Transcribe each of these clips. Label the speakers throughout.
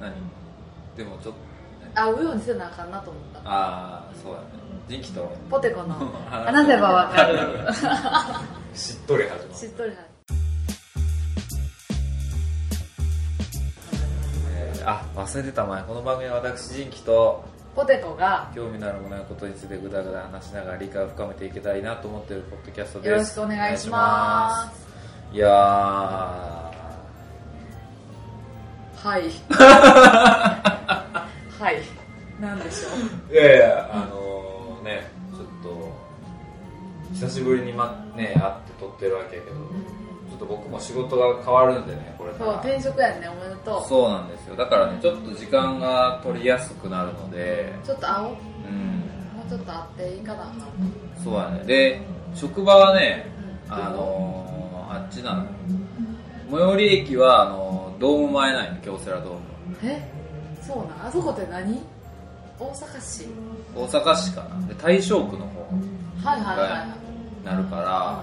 Speaker 1: 何でもちょっと何
Speaker 2: 合うようにせなあかんなと思った
Speaker 1: ああそうだね人気と
Speaker 2: ポテ コの
Speaker 1: 話
Speaker 2: 話せばわかる
Speaker 3: しっとり始ま
Speaker 2: しっ
Speaker 3: る
Speaker 2: とりは
Speaker 1: えーあ忘れてた前この番組は私人気と
Speaker 2: ポテコが
Speaker 1: 興味のあるものやことについてぐだぐだ話しながら理解を深めていけたらいいなと思っているポッドキャストです
Speaker 2: よろしくお願いしま
Speaker 1: お願いしますいやー
Speaker 2: すはい はいなんでしょう
Speaker 3: いやいやあのねちょっと久しぶりに、ま、ね会って撮ってるわけやけどちょっと僕も仕事が変わるんでねこれか
Speaker 2: そう
Speaker 3: ら
Speaker 2: 転職やねおめでとう
Speaker 1: そうなんですよだからねちょっと時間が取りやすくなるので
Speaker 2: ちょっと会おうも
Speaker 1: うん
Speaker 2: うちょっと会っていいかな
Speaker 1: そうだねで職場はね
Speaker 2: うん
Speaker 1: あのー、あっちなの最寄り駅はあのードーム前ないの京セラドーム
Speaker 2: えそうなんあそこって何大阪市
Speaker 1: 大阪市かなで大正区の方
Speaker 2: はいはいはいはい
Speaker 1: になるか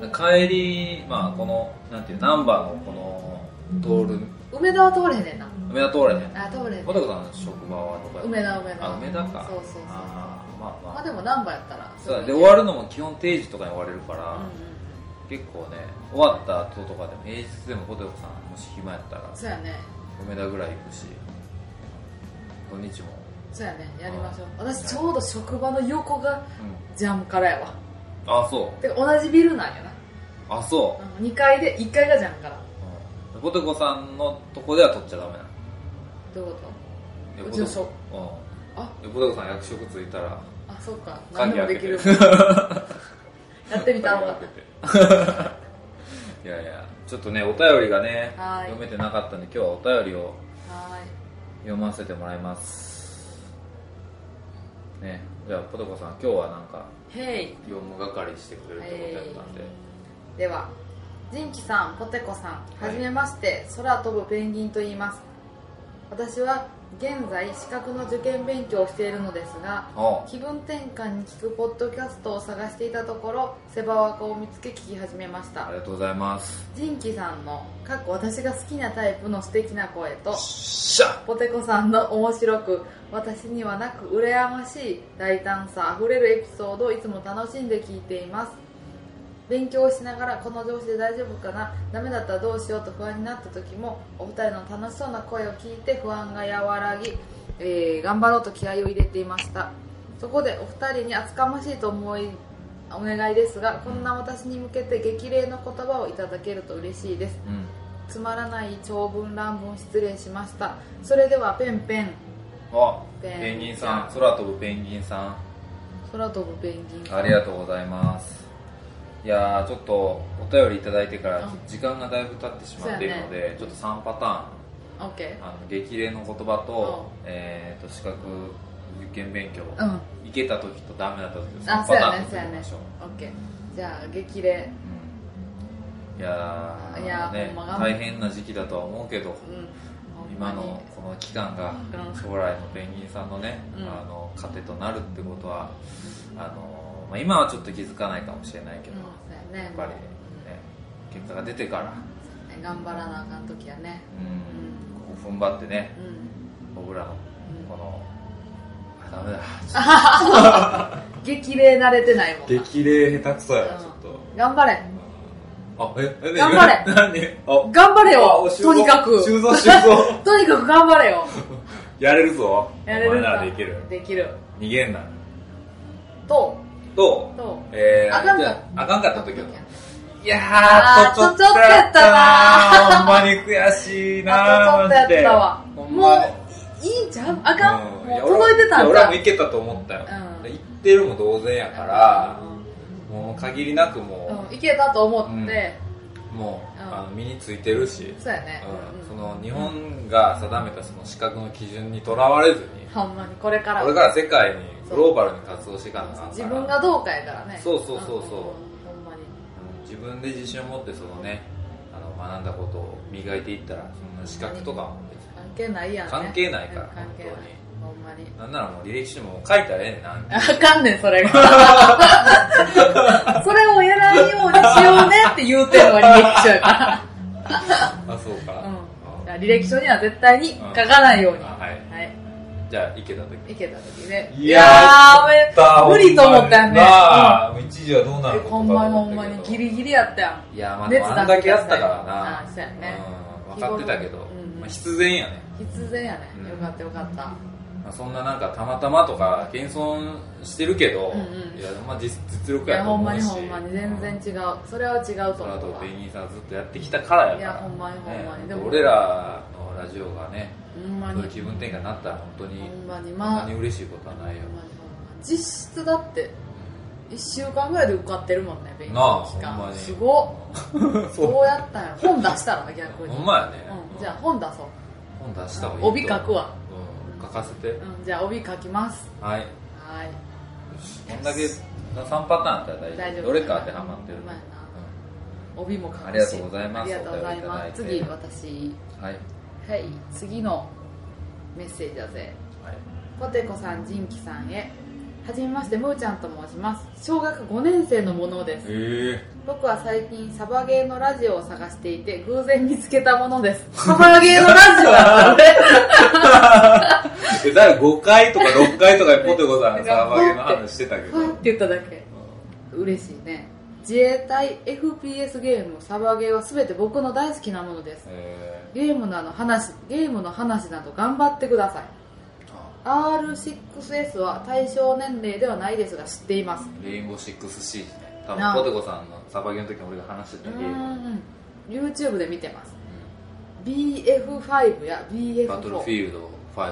Speaker 1: ら帰りまあこのなんていうナンバーのこの通る
Speaker 2: 梅田は通れへんねんな
Speaker 1: 梅田通れへん
Speaker 2: あ通れへん
Speaker 1: 小高さんの職場はどこや
Speaker 2: 梅田梅田
Speaker 1: あ梅田か
Speaker 2: そうそうそう
Speaker 1: あーまあま
Speaker 2: ま
Speaker 1: あ
Speaker 2: あでもナンバーやったら
Speaker 1: そうだねで終わるのも基本定時とかに終われるから、
Speaker 2: うんうん
Speaker 1: 結構ね終わった後とかでも平日でもポテコさんもし暇やったら
Speaker 2: そうやね
Speaker 1: 梅田ぐらい行くし土日も、
Speaker 2: そうやねやりましょう私ちょうど職場の横がジャムからやわ
Speaker 1: あそう
Speaker 2: てか同じビルなんやな
Speaker 1: あそう、
Speaker 2: 2階で1階がジャムから
Speaker 1: うんポテコさんのとこでは取っちゃダメなの
Speaker 2: どういうこ
Speaker 1: で
Speaker 2: う
Speaker 1: ポ
Speaker 2: ち
Speaker 1: テ
Speaker 2: の
Speaker 1: コ
Speaker 2: 職
Speaker 1: うん
Speaker 2: あ
Speaker 1: でポテコさん役職ついたら
Speaker 2: とあそっか何
Speaker 1: 鍵
Speaker 2: で
Speaker 1: 開け
Speaker 2: もでき
Speaker 1: て
Speaker 2: るやってみたの か
Speaker 1: て いやいやちょっとねお便りがね
Speaker 2: はい
Speaker 1: 読めてなかったんで今日はお便りを
Speaker 2: は
Speaker 1: 読ませてもらいますねじゃあポテコさん今日はなんか
Speaker 2: ーいへい
Speaker 1: 読む係してくれるってことやったんで、
Speaker 2: ではジンキさんポテコさんはじめまして、空飛ぶペンギンと言います私は現在資格の受験勉強をしているのですが
Speaker 1: おう
Speaker 2: 気分転換に聞くポッドキャストを探していたところセバワカを見つけ聞き始めまし
Speaker 1: あ
Speaker 2: た
Speaker 1: りがとうございます
Speaker 2: ジンキさんのかっこ私が好きなタイプの素敵な声と
Speaker 1: しゃ
Speaker 2: ポテコさんの面白く私にはなく羨ましい大胆さあふれるエピソードをいつも楽しんで聞いています勉強をしながらこの調子で大丈夫かなダメだったらどうしようと不安になった時もお二人の楽しそうな声を聞いて不安が和らぎ、えー頑張ろうと気合を入れていましたそこでお二人に厚かましいと思いお願いですがこんな私に向けて激励の言葉をいただけると嬉しいです
Speaker 1: うん
Speaker 2: つまらない長文乱文失礼しましたそれではペンペン
Speaker 1: あ
Speaker 2: ペン
Speaker 1: ペンギンさん空飛ぶペンギンさん
Speaker 2: 空飛ぶペンギン
Speaker 1: ありがとうございますいやーちょっとお便りいただいてから
Speaker 2: うん
Speaker 1: 時間がだいぶ経ってしまっているので、ちょっと3パタ
Speaker 2: オッケ
Speaker 1: ーンあの激励の言葉と,、
Speaker 2: う
Speaker 1: えー、と資格受験勉強、
Speaker 2: ーうんオ
Speaker 1: 行けた時とダメだった時と3
Speaker 2: あ
Speaker 1: パターン
Speaker 2: そうやねそうやね
Speaker 1: ましょう
Speaker 2: ッケーじゃあ激励
Speaker 1: うんいやー
Speaker 2: いやー
Speaker 1: ね
Speaker 2: ほんまが
Speaker 1: 大変な時期だとは思うけど
Speaker 2: うん
Speaker 1: 今のこの期間が
Speaker 2: うん
Speaker 1: 将来のペンギンさんのね、
Speaker 2: うん
Speaker 1: あの糧となるってことはあの、まあ、今はちょっと気づかないかもしれないけ
Speaker 2: う
Speaker 1: ど、
Speaker 2: んそうやね
Speaker 1: やっぱり、ね、結果が出てから、
Speaker 2: り頑張らなあかん時やね
Speaker 1: うん、ここ踏ん張ってね
Speaker 2: うん
Speaker 1: 僕らのこのあダメだ
Speaker 2: 激励慣れてないもんな
Speaker 3: 激励下手くそやな
Speaker 2: うん
Speaker 3: ちょっと
Speaker 2: 頑張れ
Speaker 3: あええ
Speaker 2: 頑張
Speaker 3: れ何あ
Speaker 2: 頑張れよ
Speaker 3: あ修
Speaker 2: と
Speaker 3: 造
Speaker 2: にかく
Speaker 3: 修造修造
Speaker 2: とにかく頑張れよ
Speaker 3: やれるぞ
Speaker 2: やれる
Speaker 3: お前
Speaker 2: んだ
Speaker 3: ならできる
Speaker 2: できる
Speaker 3: 逃げんな
Speaker 2: と
Speaker 1: と
Speaker 2: と
Speaker 1: えー、
Speaker 2: あかんか
Speaker 1: じゃああかんかった時
Speaker 2: や
Speaker 1: の
Speaker 2: ね
Speaker 3: いや
Speaker 2: あーとちょっとやったな
Speaker 3: ほんまに悔しい
Speaker 2: あとちょっとやったわ
Speaker 1: マジでほん
Speaker 2: も
Speaker 1: ま
Speaker 2: う
Speaker 1: に
Speaker 2: いいいんちゃうあかん
Speaker 3: うん
Speaker 2: もう届いてたん
Speaker 3: いや俺
Speaker 2: ち
Speaker 3: は
Speaker 2: ゃ
Speaker 3: も
Speaker 2: う
Speaker 3: いけたと思ったよ、
Speaker 2: うん
Speaker 3: で行ってるも同然やから、もう限りなく
Speaker 2: うん
Speaker 3: も
Speaker 2: うんいけたと思
Speaker 3: う
Speaker 2: っ
Speaker 3: ん
Speaker 2: て
Speaker 3: う、もう、
Speaker 2: うん
Speaker 3: あの身についてるし、
Speaker 2: そうやね
Speaker 3: うん
Speaker 2: うん
Speaker 3: その日本が定めたその資格の基準にとらわれずに、
Speaker 2: ほんまにこれから
Speaker 3: これから世界にグローバルに活動していかなあかんから
Speaker 2: 自分がどうかやからね
Speaker 3: そうそうそうそう
Speaker 2: うんほんま
Speaker 3: うん
Speaker 2: に
Speaker 3: 自分で自信を持ってそのねあの学んだことを磨いていったらそんな資格とかも別に
Speaker 2: 関係ないやんね
Speaker 3: 関係ないから
Speaker 2: うん関係ないほんまに
Speaker 3: なんならもう履歴書にも書いたらええねんな
Speaker 2: あかんねんそ れがそれをやらんようにしようねって言うてんのが履歴書やから
Speaker 3: あそうか、
Speaker 2: うん
Speaker 3: あ
Speaker 2: 履歴書には絶対に書かないように。
Speaker 1: あ
Speaker 2: は
Speaker 1: はい
Speaker 2: い。
Speaker 1: じゃあ行けた時
Speaker 2: いけた時ね。
Speaker 1: いやー
Speaker 2: ーおめ無理と思ったよね。
Speaker 1: なあ、もう一時はどうな
Speaker 2: うん
Speaker 1: る
Speaker 2: え
Speaker 1: こと
Speaker 2: ほ
Speaker 1: か
Speaker 2: ん
Speaker 1: と
Speaker 2: まに
Speaker 1: 思
Speaker 2: ほ
Speaker 1: ったけど
Speaker 2: んまにギリギリやったやん。
Speaker 1: いやまあ
Speaker 2: 熱
Speaker 1: でも
Speaker 2: 出し
Speaker 1: あんだけやったからな
Speaker 2: あそうやね
Speaker 1: うん分かってたけど、
Speaker 2: うん
Speaker 1: まあ、必然やね、
Speaker 2: 必然やね
Speaker 1: う。ん
Speaker 2: よかったよかった。
Speaker 1: まあ、そんななんかたまたまとか謙遜してるけど、
Speaker 2: うんうん
Speaker 1: いやまあ実実力
Speaker 2: いや
Speaker 1: やと
Speaker 2: ほん
Speaker 1: 思
Speaker 2: ま
Speaker 1: う
Speaker 2: に
Speaker 1: し
Speaker 2: ほんまに全然
Speaker 1: う
Speaker 2: 違
Speaker 1: ん
Speaker 2: う。それは違うと
Speaker 1: その
Speaker 2: 思う
Speaker 1: 後
Speaker 2: わ。
Speaker 1: 芸人さんずっとやってきたからやから
Speaker 2: いやほんまにほんまに
Speaker 1: ね
Speaker 2: でも
Speaker 1: 俺らのラジオがね
Speaker 2: ほんま
Speaker 1: そう
Speaker 2: に
Speaker 1: いう。気分転換になったら本当に
Speaker 2: ほんまに
Speaker 1: そん
Speaker 2: まあ
Speaker 1: なに嬉しいことはないよ、
Speaker 2: 実質だって1週間ぐらいで受かってるもんね勉
Speaker 1: なあほ
Speaker 2: 強期
Speaker 1: んま
Speaker 2: 間
Speaker 1: に
Speaker 2: すごっ
Speaker 1: そう
Speaker 2: どうやったんやろ本出したら逆に
Speaker 1: ほんまやね、
Speaker 2: うん、じゃあ本出そう、
Speaker 1: 本出した方がいい
Speaker 2: 帯書くわ、
Speaker 1: うん、書かせて、
Speaker 2: うん、じゃあ帯書きます
Speaker 1: はい
Speaker 2: はーい
Speaker 1: こんだけ3パターンあったら大丈夫
Speaker 2: 大丈夫
Speaker 1: どれか当てはまってる、
Speaker 2: ほんまやな
Speaker 1: う
Speaker 2: 帯も書くし
Speaker 1: ありがとうございます
Speaker 2: ありがとうございます
Speaker 1: お便りい
Speaker 2: 次
Speaker 1: ただ
Speaker 2: 私
Speaker 1: んはい、
Speaker 2: はい次のメッセージだぜ
Speaker 1: はい
Speaker 2: ポテコさんジンキさんへはじめましてむーちゃんと申します小学5年生のものです
Speaker 1: え
Speaker 2: 僕は最近サバゲーのラジオを探していて偶然見つけたもの ですサバゲーのラジオだったね
Speaker 1: え第5回とか6回とかでポテコさんサーバーゲーの話してたけ ど、
Speaker 2: ふわって言っただけ嬉しいね自衛隊 FPS ゲームサバゲーは全て僕の大好きなものです
Speaker 1: え
Speaker 2: ゲームなの話ゲームの話など頑張ってください
Speaker 1: ーあ
Speaker 2: R6S は対象年齢ではないですが知っています
Speaker 1: レインボー 6C ね多
Speaker 2: なあ
Speaker 1: 分ポテコさんのサーバーゲーの時に俺が話して
Speaker 2: う
Speaker 1: たゲーム
Speaker 2: ーん YouTube で見てます BF5 や BF4
Speaker 1: バトルフィールド5、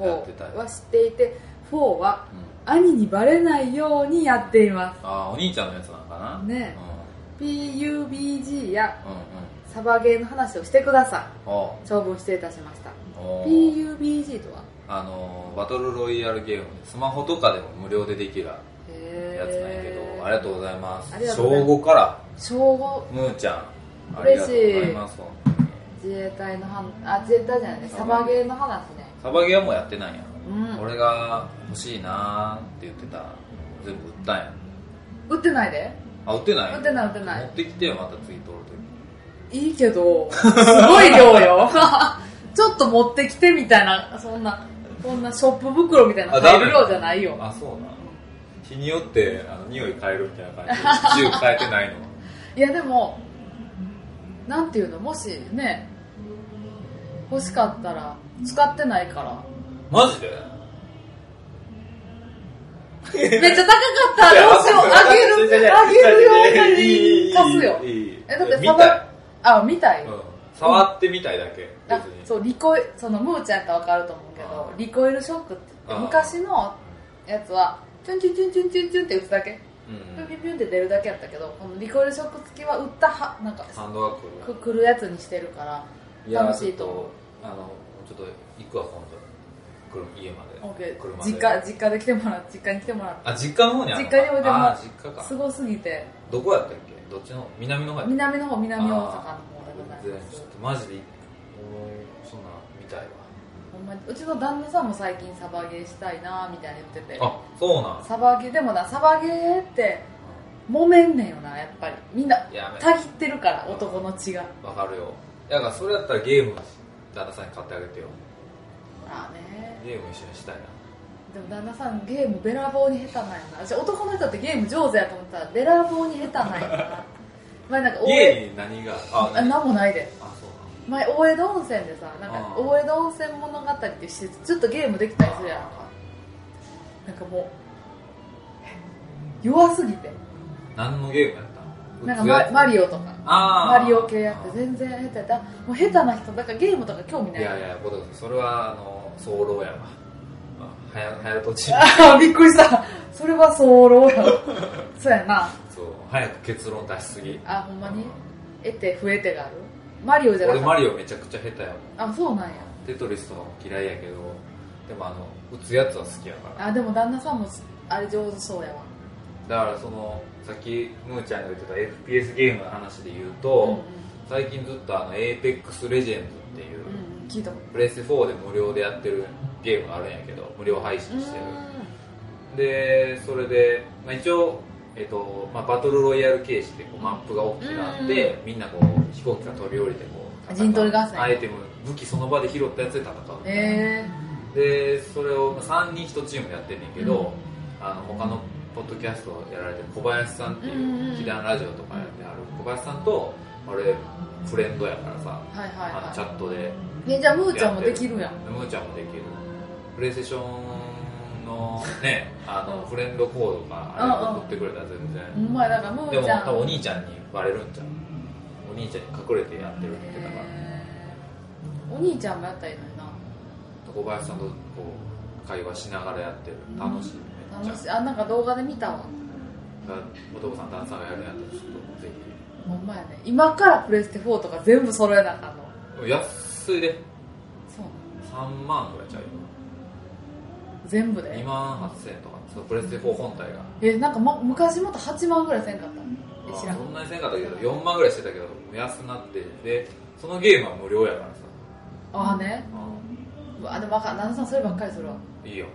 Speaker 1: うん、やってた
Speaker 2: 5
Speaker 1: よ、う
Speaker 2: は知っていて4は
Speaker 1: ん、
Speaker 2: 兄にバレないようにやっていま
Speaker 1: ああお兄ちゃんのやつなのかな
Speaker 2: ねす PUBG や
Speaker 1: うんうんうん
Speaker 2: サバゲーの話をしてくださ
Speaker 1: お
Speaker 2: い長文失礼いたしました
Speaker 1: お
Speaker 2: PUBG とは
Speaker 1: あのーバトルロイヤルゲームスマホとかでも無料でできるやつなんやけど、ありがとうございます
Speaker 2: ありがとうござい
Speaker 1: 小
Speaker 2: ます
Speaker 1: 5から
Speaker 2: 正午
Speaker 1: むーちゃんあり
Speaker 2: 嬉
Speaker 1: が
Speaker 2: し
Speaker 1: と
Speaker 2: いう
Speaker 1: ございます本当に
Speaker 2: 自衛隊の話あ自衛隊じゃないねサバゲーの話ね
Speaker 1: サバゲーはもうやってないや
Speaker 2: うん
Speaker 1: 俺が欲しいなーって言ってた全部売ったんや
Speaker 2: 打ってないで
Speaker 1: あ売ってない
Speaker 2: 打ってない打ってな
Speaker 1: 持
Speaker 2: い
Speaker 1: ってきてよまた次撮るとき
Speaker 2: いいけどすごい量よ ちょっと持ってきてみたいなそんなこんなショップ袋みたいな
Speaker 1: あダメ
Speaker 2: 入る量じゃないよ
Speaker 1: あそうな日によってあの匂い変えるみたいな感じで銃変えてないの
Speaker 2: いやでもなんていうのもしね欲しかったら使ってない から
Speaker 1: マジで
Speaker 2: めっちゃ高かったらどうしようあげるあげるよあげるよ貸すよえだって
Speaker 1: 見たい、
Speaker 2: あ見たい、
Speaker 1: うん、触ってみたいだけ
Speaker 2: あ
Speaker 1: 別に
Speaker 2: そうリコイそのムーちゃんやったら分かると思うけど
Speaker 1: あー
Speaker 2: リコイルショックって言
Speaker 1: あ
Speaker 2: って
Speaker 1: ー
Speaker 2: 昔のやつはチュンチュンチュンチュンチュンチュンって打つだけ
Speaker 1: う
Speaker 2: ピュンピュ
Speaker 1: ん
Speaker 2: ンピュンって出るだけやったけどこのリコイルショック付きは打ったはなんか
Speaker 1: ハンドワーク
Speaker 2: くくるやつにしてるから
Speaker 1: や
Speaker 2: 楽しいと思
Speaker 1: ち
Speaker 2: う
Speaker 1: ょっとあのちょっと行くわ今度車家まで
Speaker 2: オッケー
Speaker 1: 車で
Speaker 2: 実家実家で来てもらう実家に来てもらって
Speaker 1: あ実家の方にあるのか
Speaker 2: 実家に置いてもら
Speaker 1: あ
Speaker 2: う
Speaker 1: ー実
Speaker 2: す
Speaker 1: 家か
Speaker 2: ごすぎて
Speaker 1: どこやったっけどっちの南の方やったっ
Speaker 2: 南の方
Speaker 1: け
Speaker 2: 南大阪の方で
Speaker 1: あー
Speaker 2: ご
Speaker 1: 全
Speaker 2: ざ
Speaker 1: 然
Speaker 2: いま
Speaker 1: ち
Speaker 2: す
Speaker 1: ょっとマジでそんな見たいわ
Speaker 2: ほんまにうちの旦那さんも最近サバゲーしたいなみたいな言ってて
Speaker 1: あそうなん
Speaker 2: サバゲーでもなサバゲーって揉めんねんよなやっぱりみんな
Speaker 1: やめ
Speaker 2: たぎってるから男の血が
Speaker 1: わかるよだからそれやったらゲーム旦那さんに買ってあげてよ
Speaker 2: ああね
Speaker 1: ゲーム一緒にしたいな
Speaker 2: でも旦那さんゲームべらぼうに下手なんやな私男の人ってゲーム上手やと思ったらべらぼうに下手なんや な前なんか大江
Speaker 1: 家に何があ
Speaker 2: あ
Speaker 1: 何あ
Speaker 2: なんもないで
Speaker 1: そう
Speaker 2: 前大江戸温泉でさなんか
Speaker 1: あー
Speaker 2: 大江戸温泉物語っていう施設ちょっとゲームできたりするやんかなんかもうえ弱すぎて
Speaker 1: なん何のゲームやった
Speaker 2: なんかママリオとか
Speaker 1: あー
Speaker 2: マリオ系やって全然下手やったもう下手な人だからゲームとか興味ない
Speaker 1: いやいやポテコさんそれはあ の早漏やわあはやはやとち
Speaker 2: あびっくりしたそれは早漏や わそうやな
Speaker 1: そう早く結論出しすぎ
Speaker 2: あほんまに得て増えてがあるマリオじゃな
Speaker 1: 俺マ
Speaker 2: くて
Speaker 1: リオめちゃくちゃ下手やもん
Speaker 2: あそうなんや
Speaker 1: テトリスとかも嫌いやけどでもあの打つやつは好きやから
Speaker 2: あでも旦那さんもあれ上手そうやわ
Speaker 1: だからそのさっきむーちゃんが言ってた FPS ゲームの話で言うと、
Speaker 2: うんうん
Speaker 1: 最近ずっとあの APEX レジェンズっていう、
Speaker 2: うん聞いたこ
Speaker 1: プレステ4で無料でやってるゲームがあるんやけど無料配
Speaker 2: とう
Speaker 1: 信してる
Speaker 2: ん
Speaker 1: でそれで、まあ、一応、えっとまあ、バトルロイヤル形式でこうマップが大きくなって、みんなこう飛行機から飛び降りてこう
Speaker 2: 陣取り合戦
Speaker 1: アイテム武器その場で拾ったやつで戦うみたいな、
Speaker 2: え
Speaker 1: でそれを3人1チームでやってんねんけど、あの他のポッドキャストをやられてる小林さんって
Speaker 2: うんうんう
Speaker 1: い
Speaker 2: ん
Speaker 1: う祈願ラジオとかやってある小林さんと俺フレンドやからさ
Speaker 2: ー、はいはい
Speaker 1: あのチ
Speaker 2: は
Speaker 1: ャットで
Speaker 2: いえじゃあムーちゃんもできるやん
Speaker 1: むーちゃんもできるプレイステーションの ねあのフレンドコードがあれ送ってくれたら全然
Speaker 2: ほんまやなんかム
Speaker 1: で
Speaker 2: ー
Speaker 1: も
Speaker 2: ちゃん
Speaker 1: 多分お兄ちゃんにバレるんちゃうお兄ちゃんに隠れてやってるって言ってたから
Speaker 2: えーお兄ちゃんもやったらいいのに
Speaker 1: 小林さんとこう会話しながらやってる楽しい
Speaker 2: な
Speaker 1: めっちゃ
Speaker 2: 楽しいあなんか動画で見たわ
Speaker 1: 男さんダンサーがやるんやったらちょっとぜ
Speaker 2: ほんまやね今からプレステ4とか全部揃えなあかんの
Speaker 1: ひ安いで
Speaker 2: そうな
Speaker 1: 3万ぐらいちゃうよ
Speaker 2: の全部で
Speaker 1: 2万8000円とかそのプレステ4本体が
Speaker 2: えなんか、ま、昔もっと8万ぐらいせんかったえ知ら
Speaker 1: あ
Speaker 2: ん
Speaker 1: そんなにせんかったけど4万ぐらいしてたけど安なってでそのゲームは無料やからさ
Speaker 2: ああね
Speaker 1: あ
Speaker 2: うわでもあかん旦那さんそればっかりするわ
Speaker 1: いいよ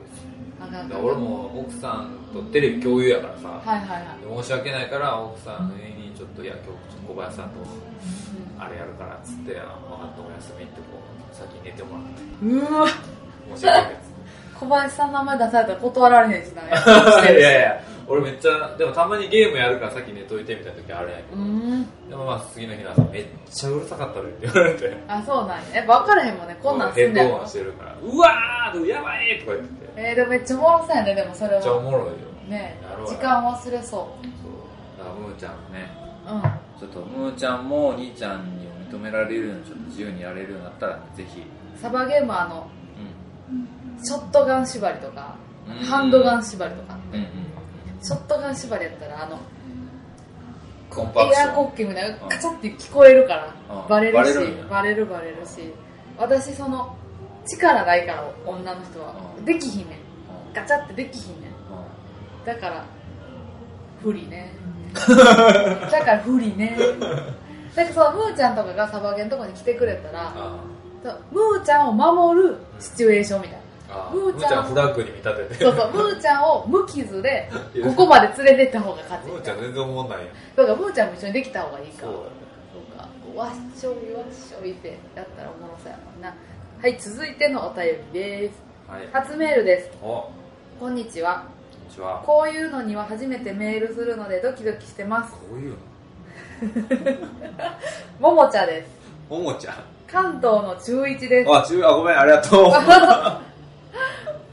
Speaker 2: あかんあ
Speaker 1: 別
Speaker 2: か
Speaker 1: に
Speaker 2: ん
Speaker 1: 俺も奥さんとテレビ共有やからさ、
Speaker 2: はいはいはい、
Speaker 1: 申し訳ないから奥さんの家にちょっといや今日ちょっと小林さんとあれやるからっつって「あ分かったお休み」ってこう先に寝てもらって
Speaker 2: うん、うわ
Speaker 1: 申し訳ないやつ
Speaker 2: 小林さんの名前出されたら断られへんしな
Speaker 1: いやいや俺めっちゃでもたまにゲームやるから先寝といてみたいな時あるんやけ
Speaker 2: う
Speaker 1: ど、
Speaker 2: ーん
Speaker 1: でもまあ次の日の朝めっちゃうるさかったでって言われて
Speaker 2: あそうなんやえ分からへんもんねこんなん
Speaker 1: ヘ
Speaker 2: すん
Speaker 1: ッ
Speaker 2: ねん
Speaker 1: ドホンしてるから「うわーやばい!」とか言ってて
Speaker 2: えー、でもめっちゃおもろそうやねでもそれ
Speaker 1: めっちゃお
Speaker 2: は
Speaker 1: もろいよ
Speaker 2: ね
Speaker 1: やろうや
Speaker 2: 時間忘れそ
Speaker 1: そうだからむーちゃんもね
Speaker 2: うう
Speaker 4: ちょっとむーちゃんもお兄ちゃんにも認められるようにちょっと自由にやれるようになったら、ね、ぜひ、
Speaker 2: んサバゲームはあの
Speaker 4: う
Speaker 2: ショットガン縛りとか
Speaker 4: うん
Speaker 2: ハンドガン縛りとか
Speaker 4: んうんうん、
Speaker 2: ショットガン縛りやったらあの
Speaker 4: コンパク
Speaker 2: エ
Speaker 4: シ
Speaker 2: アー
Speaker 4: ョ
Speaker 2: コ
Speaker 4: ン
Speaker 2: ッキングね
Speaker 4: うん
Speaker 2: カチャって聞こえるから
Speaker 4: うん
Speaker 2: バレ
Speaker 4: バ
Speaker 2: るし
Speaker 4: レるんや
Speaker 2: バレるバレるし私その力ないから女の人は
Speaker 4: うん
Speaker 2: できひんねん
Speaker 4: うん
Speaker 2: ガチャってできひんね
Speaker 4: う
Speaker 2: んだから不利ねだから不利ねなんかそのムーちゃんとかがサバゲンとかに来てくれたら
Speaker 1: あ
Speaker 2: そうムーちゃんを守るシチュエーションみたいな
Speaker 1: ーあ
Speaker 2: む
Speaker 1: む
Speaker 2: ー
Speaker 1: ー
Speaker 2: ち
Speaker 1: ち
Speaker 2: ゃん
Speaker 1: ゃんフラッグに見立てて
Speaker 2: そうそうムーちゃんを無傷でここまで連れてった方が勝ち
Speaker 1: む
Speaker 2: み
Speaker 1: ーち
Speaker 2: た
Speaker 1: ゃん
Speaker 2: いな
Speaker 1: 全然思んないやん
Speaker 2: だからムーちゃんも一緒にできた方がいいか
Speaker 1: そうだね
Speaker 2: そうかわっしょいわっしょいってやったらおもろそうやもんなはい続いてのお便りです
Speaker 1: はい
Speaker 2: 初メールです
Speaker 1: おこ
Speaker 2: こんにちは
Speaker 1: んにちはこ
Speaker 2: こういうのには初めてメールするのでドキドキしてます
Speaker 1: ういうの
Speaker 2: ももちゃです
Speaker 1: ももちゃん
Speaker 2: 関東の中1です
Speaker 1: あ中あごめんありが と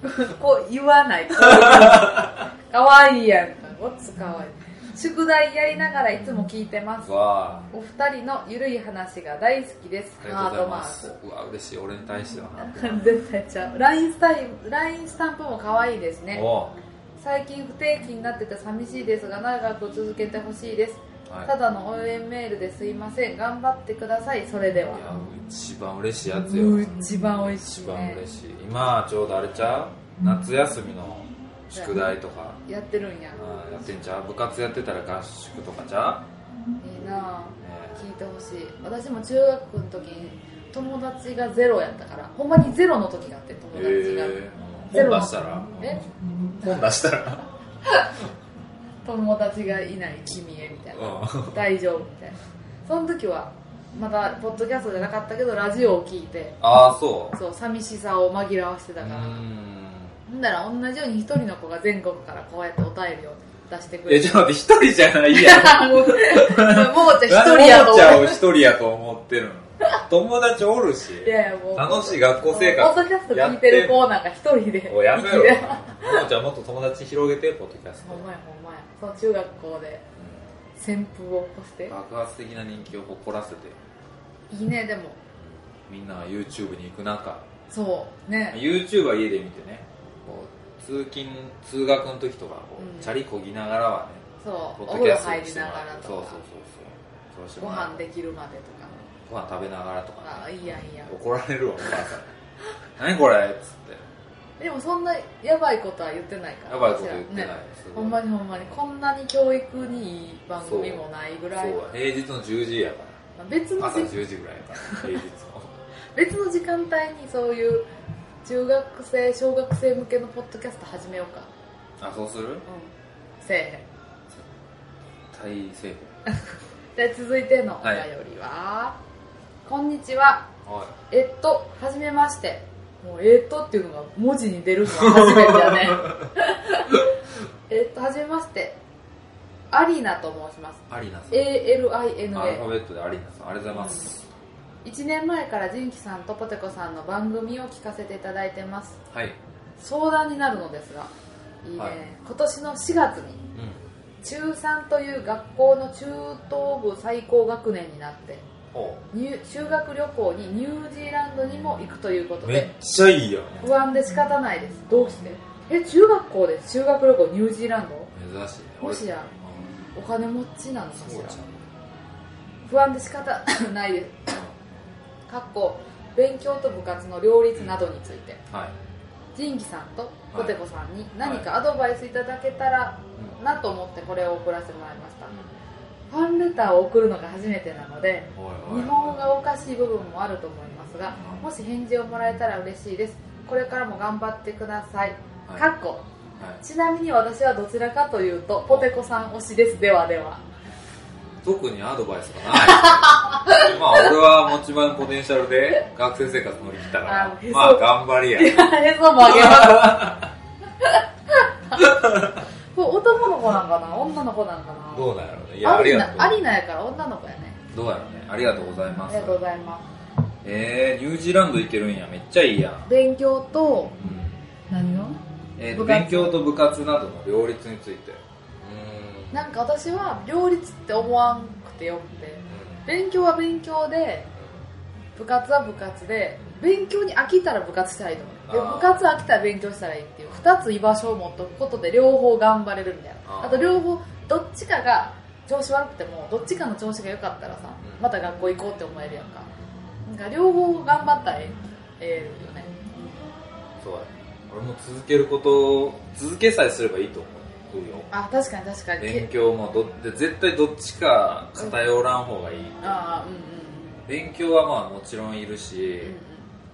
Speaker 1: う
Speaker 2: こう言わないかわいいやんかごっつかわいい宿題やりながらいつも聞いてます
Speaker 1: わあ
Speaker 2: お二人のゆるい話が大好きです
Speaker 1: あり
Speaker 2: ハ
Speaker 1: が
Speaker 2: ー
Speaker 1: とうご
Speaker 2: ト
Speaker 1: ざい
Speaker 2: マ
Speaker 1: ます
Speaker 2: ーク
Speaker 1: うわ嬉しい俺に対してはな
Speaker 2: 絶対ちゃう LINE スタイル LINE スタンプも可愛いですね
Speaker 1: お
Speaker 2: 最近不定期になってて寂しいですが長く続けてほしいです、
Speaker 1: はい
Speaker 2: ただの応援メールですいません頑張ってくださいそれで
Speaker 1: いや
Speaker 2: は
Speaker 1: 一番嬉しいやつよ
Speaker 2: うん一番美味しい
Speaker 1: 一番
Speaker 2: ね
Speaker 1: 嬉しい今ちょうどあれちゃう夏休みの宿題とか
Speaker 2: やってるんや
Speaker 1: あーやってんちゃう部活やってたら合宿とかちゃ
Speaker 2: いいなあ
Speaker 1: う、ね
Speaker 2: 聞いてほしい私も中学の時に友達がゼロやったからほんまにゼロの時があって友達が、
Speaker 1: え
Speaker 2: ゼロ
Speaker 1: 本出したら
Speaker 2: え
Speaker 1: 本出したら
Speaker 2: 友達がいない君へみたい な、
Speaker 1: う
Speaker 2: 大丈夫みたいなその時はまだポッドキャストじゃなかったけどラジオを聞いて
Speaker 1: ああそう
Speaker 2: そう寂しさを紛らわしてた
Speaker 1: う
Speaker 2: から、
Speaker 1: ん
Speaker 2: ほんだら同じように一人の子が全国からこうやってお便りを出してく
Speaker 1: え
Speaker 2: れ
Speaker 1: ち
Speaker 2: て
Speaker 1: ょっと待って一人じゃないやん
Speaker 2: もうもうじ
Speaker 1: なん
Speaker 2: ゃあ一人
Speaker 1: で
Speaker 2: や
Speaker 1: も
Speaker 2: ろ
Speaker 1: もちゃんを
Speaker 2: 俺
Speaker 1: 一人やと思ってる の友達おるし
Speaker 2: いやいやもう
Speaker 1: 楽しい学校生活
Speaker 2: ポッドキャスト聞いてる子なんか一人で
Speaker 1: おいやめろ
Speaker 2: 生きて
Speaker 1: ももちゃんもっと友達広げてポッドキャス
Speaker 2: ほ
Speaker 1: ト
Speaker 2: んまやほんまやその中学校で旋風を起こして
Speaker 1: 爆発的な人気を誇らせて
Speaker 2: いいねでも
Speaker 1: みんなが YouTube に行く中
Speaker 2: そうね
Speaker 1: YouTube は家で見てねこう通勤通学の時とかこう、
Speaker 2: うん
Speaker 1: チャリこぎながらはね
Speaker 2: そう
Speaker 1: ポ
Speaker 2: お
Speaker 1: ッド
Speaker 2: 風
Speaker 1: キ
Speaker 2: 呂
Speaker 1: ャスト
Speaker 2: 入
Speaker 1: に
Speaker 2: り
Speaker 1: しても
Speaker 2: な
Speaker 1: ら
Speaker 2: が
Speaker 1: う
Speaker 2: ら
Speaker 1: そう
Speaker 2: と
Speaker 1: そう
Speaker 2: か
Speaker 1: そうそうそうして
Speaker 2: ご
Speaker 1: もらう
Speaker 2: 飯できるまでとか
Speaker 1: ご飯食べながらとか、
Speaker 2: ああいいやんいいやん
Speaker 1: 怒られるわお母さん 何これっつっ
Speaker 2: でもそんなやばいことは言ってない
Speaker 1: て
Speaker 2: から
Speaker 1: やばいこと言ってない、
Speaker 2: 私らね
Speaker 1: すごい
Speaker 2: ほんまにほんまにこんなに教育にいい番組もないぐらい
Speaker 1: そう平日の10時やか
Speaker 2: まあ別
Speaker 1: ら
Speaker 2: の
Speaker 1: 朝
Speaker 2: じ
Speaker 1: 10時ぐらいやから平日の
Speaker 2: 別の時間帯にそういう中学生小学生向けのポッドキャスト始めようか
Speaker 1: あそうする
Speaker 2: うんせえへん
Speaker 1: タイ政府
Speaker 2: で続いてのお便りは、こんにちは
Speaker 1: は
Speaker 2: えっと、はじめまして。もう、えっとっていうのが文字に出るのは初めてだね。えっと、はじめまして。アリーナと申します。
Speaker 1: い。アリナさん。アルファ
Speaker 2: ALINA。
Speaker 1: ベットでアリナさん、ありがとうございます。
Speaker 2: 1年前からジンキさんとポテコさんの番組を聞かせていただいてます。
Speaker 1: はい。
Speaker 2: 相談になるのですが、いいね。
Speaker 1: はい
Speaker 2: 今年の4月に、
Speaker 1: うん。
Speaker 2: 中3という学校の中等部最高学年になって、
Speaker 1: お
Speaker 2: 入修学旅行にニュージーランドにも行くということ
Speaker 1: めっ
Speaker 2: で、
Speaker 1: ちゃいいやん。
Speaker 2: 不安で仕方ないですどうしてえ中学校で修学旅行ニュージーランド
Speaker 1: 珍しいね。
Speaker 2: もしや
Speaker 1: う
Speaker 2: お金持ちなのか
Speaker 1: ん
Speaker 2: し
Speaker 1: そう
Speaker 2: ら
Speaker 1: じ
Speaker 2: 不安で仕方ないですかっこ勉強と部活の両立などについて
Speaker 1: ゃん。はい。
Speaker 2: 仁義さんとポテコさんに何かアドバイスいただけたらなと思ってこれを送らせてもらいましたファンレターを送るのが初めてなので
Speaker 1: うん。はいはい。
Speaker 2: 日本語がおかしい部分もあると思いますがもし返事をもらえたら嬉しいですこれからも頑張ってください、
Speaker 1: はい
Speaker 2: かっこ
Speaker 1: はい。
Speaker 2: ちなみに私はどちらかというとポテコさん推しですではでは
Speaker 1: 特にアドバイスが ない。まあ俺は持ち前のポテンシャルで学生生活乗り切ったか
Speaker 2: あ
Speaker 1: ら
Speaker 2: へ、そ
Speaker 1: まあ頑張りや。
Speaker 2: へそもあげ ますこれ男の子なんかな女の子なんかな
Speaker 1: どうなんやろうね。いや、あ
Speaker 2: ア
Speaker 1: り
Speaker 2: リ
Speaker 1: がとう
Speaker 2: ナ。アリナやから女の子やね
Speaker 1: どうやろうね。ありがとうござい
Speaker 2: あ
Speaker 1: ま
Speaker 2: り
Speaker 1: す
Speaker 2: が。とうございま
Speaker 1: えー、ニュージーランド行けるんや。めっちゃいいやん。
Speaker 2: す勉強と
Speaker 1: うん
Speaker 2: 何の
Speaker 1: えーと
Speaker 2: 部活
Speaker 1: 勉強と部活などの両立について。う
Speaker 2: なんか私は両立って思わんくてよくて
Speaker 1: ん。
Speaker 2: 勉強は勉強で部活は部活で勉強に飽きたら部活したらいいと思うで
Speaker 1: あー
Speaker 2: 部活飽きたら勉強したらいいっていう2つ居場所を持っとくことで両方頑張れるみたい
Speaker 1: あ
Speaker 2: な
Speaker 1: ー
Speaker 2: あと両方どっちかが調子悪くてもどっちかの調子が良かったらさ
Speaker 1: うん
Speaker 2: また学校行こうって思えるやんかなんか両方頑張ったらええよね
Speaker 1: そうやね。俺も続けること、続けさえすればいいと思うよ。
Speaker 2: あ確かに確かに
Speaker 1: 勉
Speaker 2: け
Speaker 1: 強もどっで絶対どっちか偏らん方がいい。
Speaker 2: ああうんうん
Speaker 1: 勉強はまあもちろんいるし、
Speaker 2: うんうん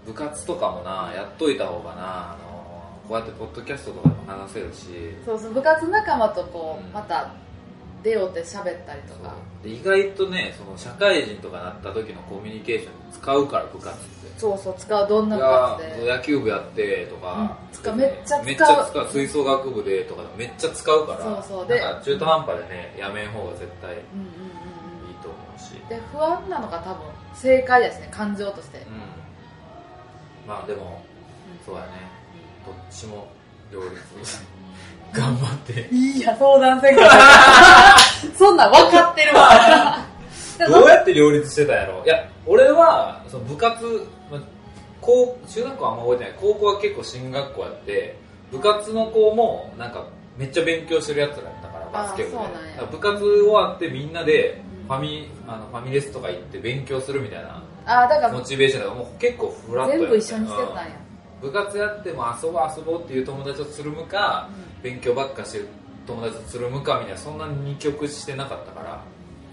Speaker 1: 部活とかもなやっといた方がなあのこうやってポッドキャストとかでも話せるし
Speaker 2: そうそう部活仲間とこ
Speaker 1: うん
Speaker 2: うまた出ようって喋ったりとか
Speaker 1: で意外とねその社会人とかなった時のコミュニケーションに使うから部活って。
Speaker 2: そうそう使うどん
Speaker 1: い
Speaker 2: な部
Speaker 1: や
Speaker 2: 活で
Speaker 1: 野球部やってとか、
Speaker 2: うん使うめっちゃ使う
Speaker 1: めっちゃ使う吹奏楽部でとかでもめっちゃ使うから
Speaker 2: そうそうで
Speaker 1: なんか中途半端でねやめん方が絶対いい
Speaker 2: うんうんうんうん
Speaker 1: と思うし、
Speaker 2: で不安なのが多分正解ですね感情として、
Speaker 1: うん、まあでもそうやねどっちも両立に頑張って
Speaker 2: いいや相談せんから そんなん分かってるわ
Speaker 1: どうやって両立してたんやろいや俺はその部活、まあ、高中学校はあんま覚えてない高校は結構進学校やって部活の子もなんかめっちゃ勉強してるやつらやったからバスケ部で
Speaker 2: あーそうなんや
Speaker 1: だから部活終わってみんなでファミあのファミレスとか行って勉強するみたいな
Speaker 2: あーだか
Speaker 1: モ
Speaker 2: ら
Speaker 1: チベーションがもう結構フラットやった
Speaker 2: 全部一緒にしてたんや
Speaker 1: うん、部活やっても遊ぼう遊ぼうっていう友達とつるむか、勉強ばっかしてる友達とつるむかみたいなそんなに二極してなかったから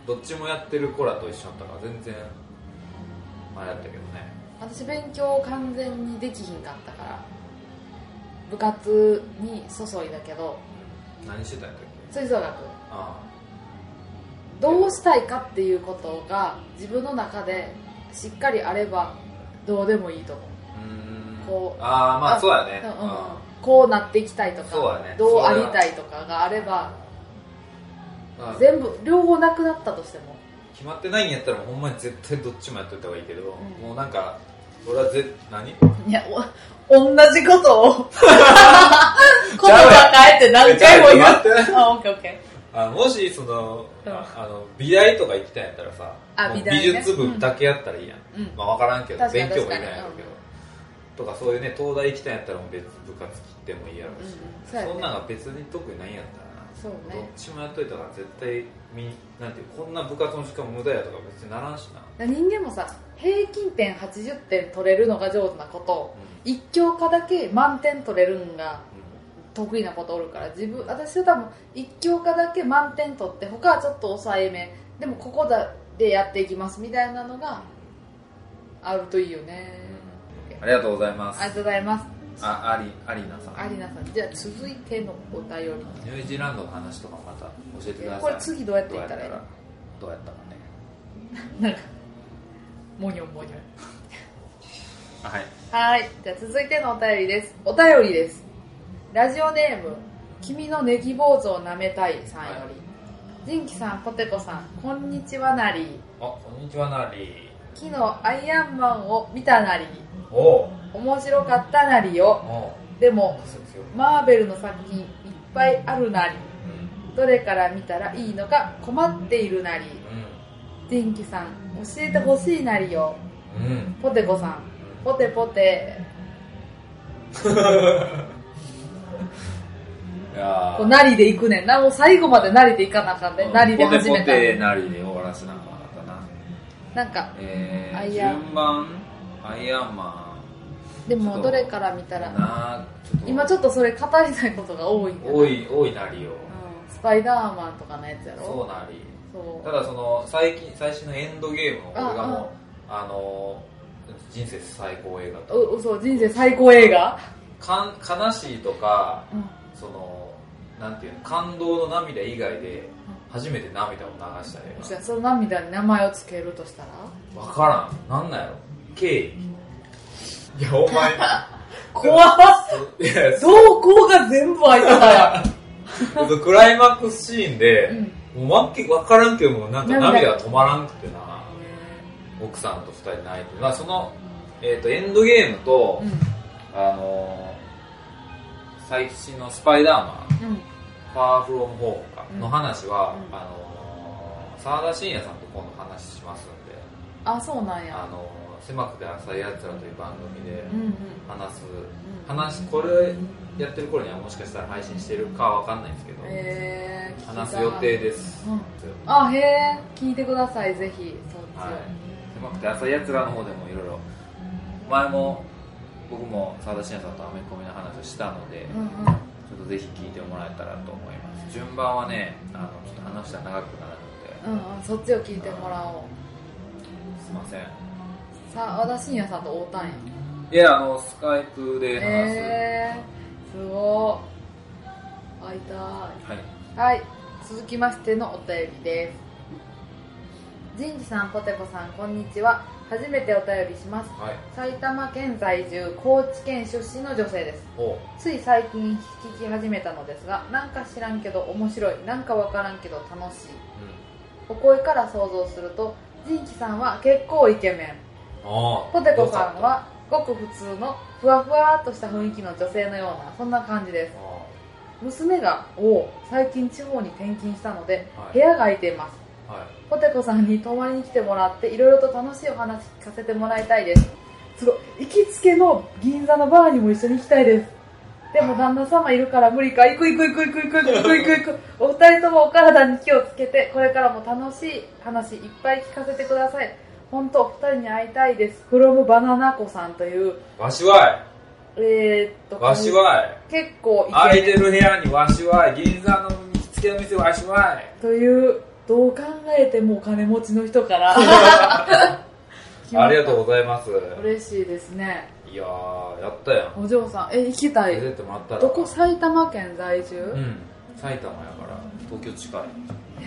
Speaker 1: どっちもやってる子らと一緒だったから全然あれだったけどね
Speaker 2: 私勉強完全にできひんかったから部活に注いだけど
Speaker 1: 何してたんやったっけ
Speaker 2: 吹奏楽
Speaker 1: あ
Speaker 2: どうしたいかっていうことが自分の中でしっかりあればどうでもいいと思う
Speaker 1: あうーん
Speaker 2: こう
Speaker 1: ああまあそうやね
Speaker 2: うんうんこうなっていきたいと
Speaker 1: そうや
Speaker 2: か、
Speaker 1: ね
Speaker 2: どうありたいとかがあれば
Speaker 1: うんまあ
Speaker 2: 全部両方なくなったとしても
Speaker 1: 決まってないんやったらほんまに絶対どっちもやっといた方がいいけど、
Speaker 2: うん
Speaker 1: もうなんか俺はぜ何
Speaker 2: いやお同じこと を言
Speaker 1: ちゃ
Speaker 2: 葉変えて何回も
Speaker 1: ちゃう
Speaker 2: 言う
Speaker 1: よ待って
Speaker 2: あオッケーオッケー
Speaker 1: あもしその,あ、
Speaker 2: うん
Speaker 1: あの美大とか行きたいんやったらさ
Speaker 2: あ
Speaker 1: もう
Speaker 2: 美大ね
Speaker 1: 術部だけやったらいいやん、
Speaker 2: うん
Speaker 1: まあ、分からんけど
Speaker 2: 確か
Speaker 1: 勉
Speaker 2: に
Speaker 1: 強もいらんやろう
Speaker 2: 確か
Speaker 1: け
Speaker 2: に
Speaker 1: ど、とかそういうね東大行きたいんやったらもう別部活切ってもいいやろうし、
Speaker 2: うん
Speaker 1: そ
Speaker 2: そうやね
Speaker 1: んなんが別に特にないんやったらな
Speaker 2: そう
Speaker 1: どっ
Speaker 2: ね
Speaker 1: ちもやっといたら絶対みなんていうこんな部活の時間無駄やとか別にならんしな、
Speaker 2: 人間もさ平均点80点取れるのが上手なこと
Speaker 1: う
Speaker 2: 一教科だけ満点取れるんが
Speaker 1: ん
Speaker 2: 得意なことおるから自分私は多分一教科だけ満点取って他はちょっと抑えめでもここだでやっていきますみたいなのがあるといいよね、
Speaker 1: うんありがとうございま
Speaker 2: ありがとうございます
Speaker 1: あアリアリナさん
Speaker 2: アリナさんじゃあ続いてのお便り
Speaker 1: ニュージーランドの話とかまた教えてください
Speaker 2: これ次どうやって行ったらいい
Speaker 1: どうやったらどうやったかね
Speaker 2: なんかもにょもにょ
Speaker 4: あはい
Speaker 2: はい。じゃあ続いてのお便りです。お便りです。ラジオネーム、君のネギ坊主を舐めたいさんより。ジンキさん、ポテコさん、こんにちはなり。
Speaker 1: あこんにちはなり
Speaker 2: 昨日、アイアンマンを見たなり。
Speaker 1: おう
Speaker 2: 面白かったなりよ。
Speaker 1: おう
Speaker 2: でも、
Speaker 1: そうですよ、
Speaker 2: マーベルの作品いっぱいあるなり。
Speaker 1: うん
Speaker 2: どれから見たらいいのか困っているなり。ジンキさん、教えてほしいなりよ。
Speaker 1: うんうん
Speaker 2: ポテコさん、ポテポテ、
Speaker 1: いや
Speaker 2: こう
Speaker 1: ー
Speaker 2: なりで行くねんな。もう最後までなりで行かなあかんね。なりで始
Speaker 4: ポテ
Speaker 2: め
Speaker 4: ポ
Speaker 2: た。
Speaker 4: テなりで終わらせなあかんかったな
Speaker 2: なんか
Speaker 4: え
Speaker 2: ア
Speaker 4: ー、
Speaker 2: イアン
Speaker 4: 順番アイアンマ
Speaker 2: で
Speaker 4: ちょ
Speaker 2: も
Speaker 4: っと
Speaker 2: どれから見た
Speaker 4: ン
Speaker 2: ら
Speaker 4: なあちょっと
Speaker 2: 今ちょっとそれ語りたいことが多いんだな
Speaker 1: 多い多いなりよ
Speaker 2: うんスパイダーマンとかのやつやろ
Speaker 1: そうなり
Speaker 2: そう
Speaker 1: ただその最近最新のエンドゲームの俺がもうあのー人生最高映画と
Speaker 2: うそう人生最高映画、
Speaker 1: かん悲しいとか
Speaker 2: うん
Speaker 1: そのなんていうの感動の涙以外で初めて涙を流した映
Speaker 2: じゃあその涙に名前をつけるとしたら
Speaker 1: 画分からんなんなんやろ敬 意いやお前
Speaker 2: 怖っ
Speaker 1: いやそ
Speaker 2: 瞳孔が全部開いてたや
Speaker 1: クライマックスシーンで
Speaker 2: ん、う、ん、
Speaker 1: もうわけ分からんけどもなんか涙が止まらんくてな
Speaker 2: う
Speaker 1: 奥さんと二人で泣いて、まあ、その、えー、とエンドゲームと、
Speaker 2: ん
Speaker 1: あのー最新の「スパイダーマン」
Speaker 2: うん
Speaker 1: 「ファーフロムホームか」
Speaker 2: うん
Speaker 1: の話は、
Speaker 2: うん
Speaker 1: あのー澤田信也さんと今度話しますんで
Speaker 2: あそうなんや
Speaker 1: あの狭くて浅いやつらという番組で
Speaker 2: うんうん
Speaker 1: 話す、話これやってる頃にはもしかしたら配信してるかわかんないですけど、
Speaker 2: えー、聞きたい
Speaker 1: 話す予定です、
Speaker 2: うんあへえ聞いてくださいぜひそうですよ、
Speaker 1: はい、
Speaker 4: 狭くて浅いやつらの方でもいろいろ前も僕も澤田信也さんとアメコミの話をしたので、
Speaker 2: うんうん
Speaker 4: ちょっとぜひ聞いてもらえたらと思います順番はねあのちょっと話したら長くなるので
Speaker 2: うんうんそっちを聞いてもらおう
Speaker 4: すいません
Speaker 2: さ和田信也さんと会うたんや
Speaker 4: いやあのスカイプで話す、
Speaker 2: えー、すごい会い
Speaker 4: はい
Speaker 2: たいはい続きましてのお便りです仁治さんポテコさんこんにちは初めてお便りします
Speaker 1: はい
Speaker 2: 埼玉県在住高知県出身の女性です
Speaker 1: お
Speaker 2: つい最近聞き始めたのですがなんか知らんけど面白いなんかわからんけど楽しいお声から想像すると仁治さんは結構イケメン
Speaker 1: あ
Speaker 2: ポテコさんはごく普通のふわふわっとした雰囲気の女性のようなそんな感じです娘が「おう最近地方に転勤したので
Speaker 1: はい
Speaker 2: 部屋が空いています
Speaker 1: は
Speaker 2: ポテコさんに泊まりに来てもらっていろいろと楽しいお話聞かせてもらいたいですすごい行きつけの銀座のバーにも一緒に行きたいですでも旦那様いるから無理か行く行く行く行く行く行く行く行くお二人ともお体に気をつけてこれからも楽しい話いっぱい聞かせてください本当お二人に会いたいですフロムバナナ子さんという
Speaker 1: いわしわ
Speaker 2: えー、っ
Speaker 1: い
Speaker 2: と
Speaker 1: わしわい
Speaker 2: 結構イ
Speaker 1: 空
Speaker 2: ケ
Speaker 1: い
Speaker 2: メ
Speaker 1: て
Speaker 2: ン
Speaker 1: る部屋にわしわい銀座の行きつけの店わしわい
Speaker 2: というどう考えてもお金持ちの人から
Speaker 1: ありがとうございます
Speaker 2: 嬉しいですね
Speaker 1: いやーやったやん
Speaker 2: お嬢さんえ行きた
Speaker 1: 出て
Speaker 2: い
Speaker 1: ってもらったら
Speaker 2: どこ埼玉県在住、
Speaker 1: うん埼玉やから
Speaker 4: 東京近い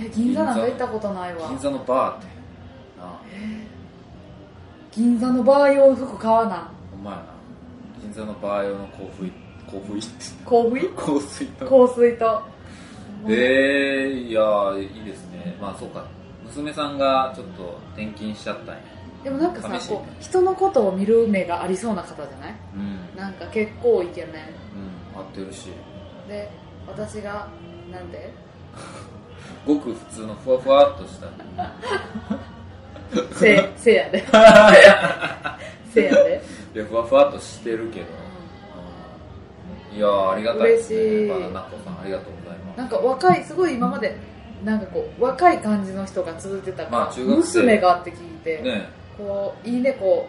Speaker 2: え銀座なんか行ったことないわ
Speaker 4: 銀座のバーってなあ
Speaker 2: 銀座のバー用の服買わな
Speaker 4: ほんまやな銀座のバー用の香水香水って
Speaker 2: 香水
Speaker 4: 香水と
Speaker 2: 香水と
Speaker 4: えー、いやーいいですねまあそうか娘さんがちょっと転勤しちゃったんや
Speaker 2: でもなんか
Speaker 4: 寂しい
Speaker 2: さこう人のことを見る目がありそうな方じゃない
Speaker 4: うんうん
Speaker 2: なんか結構イケメ
Speaker 4: 合ってるし
Speaker 2: ンで私がなん で
Speaker 4: ごく普通のふわふわっとした
Speaker 2: せせ やでせやで、
Speaker 4: いやふわふわっとしてるけど、うんいやーありがたいです
Speaker 2: 嬉しい
Speaker 4: ねバナナッコさんありがとうございます
Speaker 2: なんか若いすごい今までなんかこう若い感じの人が続いてたから、
Speaker 4: まあ中学生
Speaker 2: 娘がって聞いて、
Speaker 4: ね
Speaker 2: こういいねこ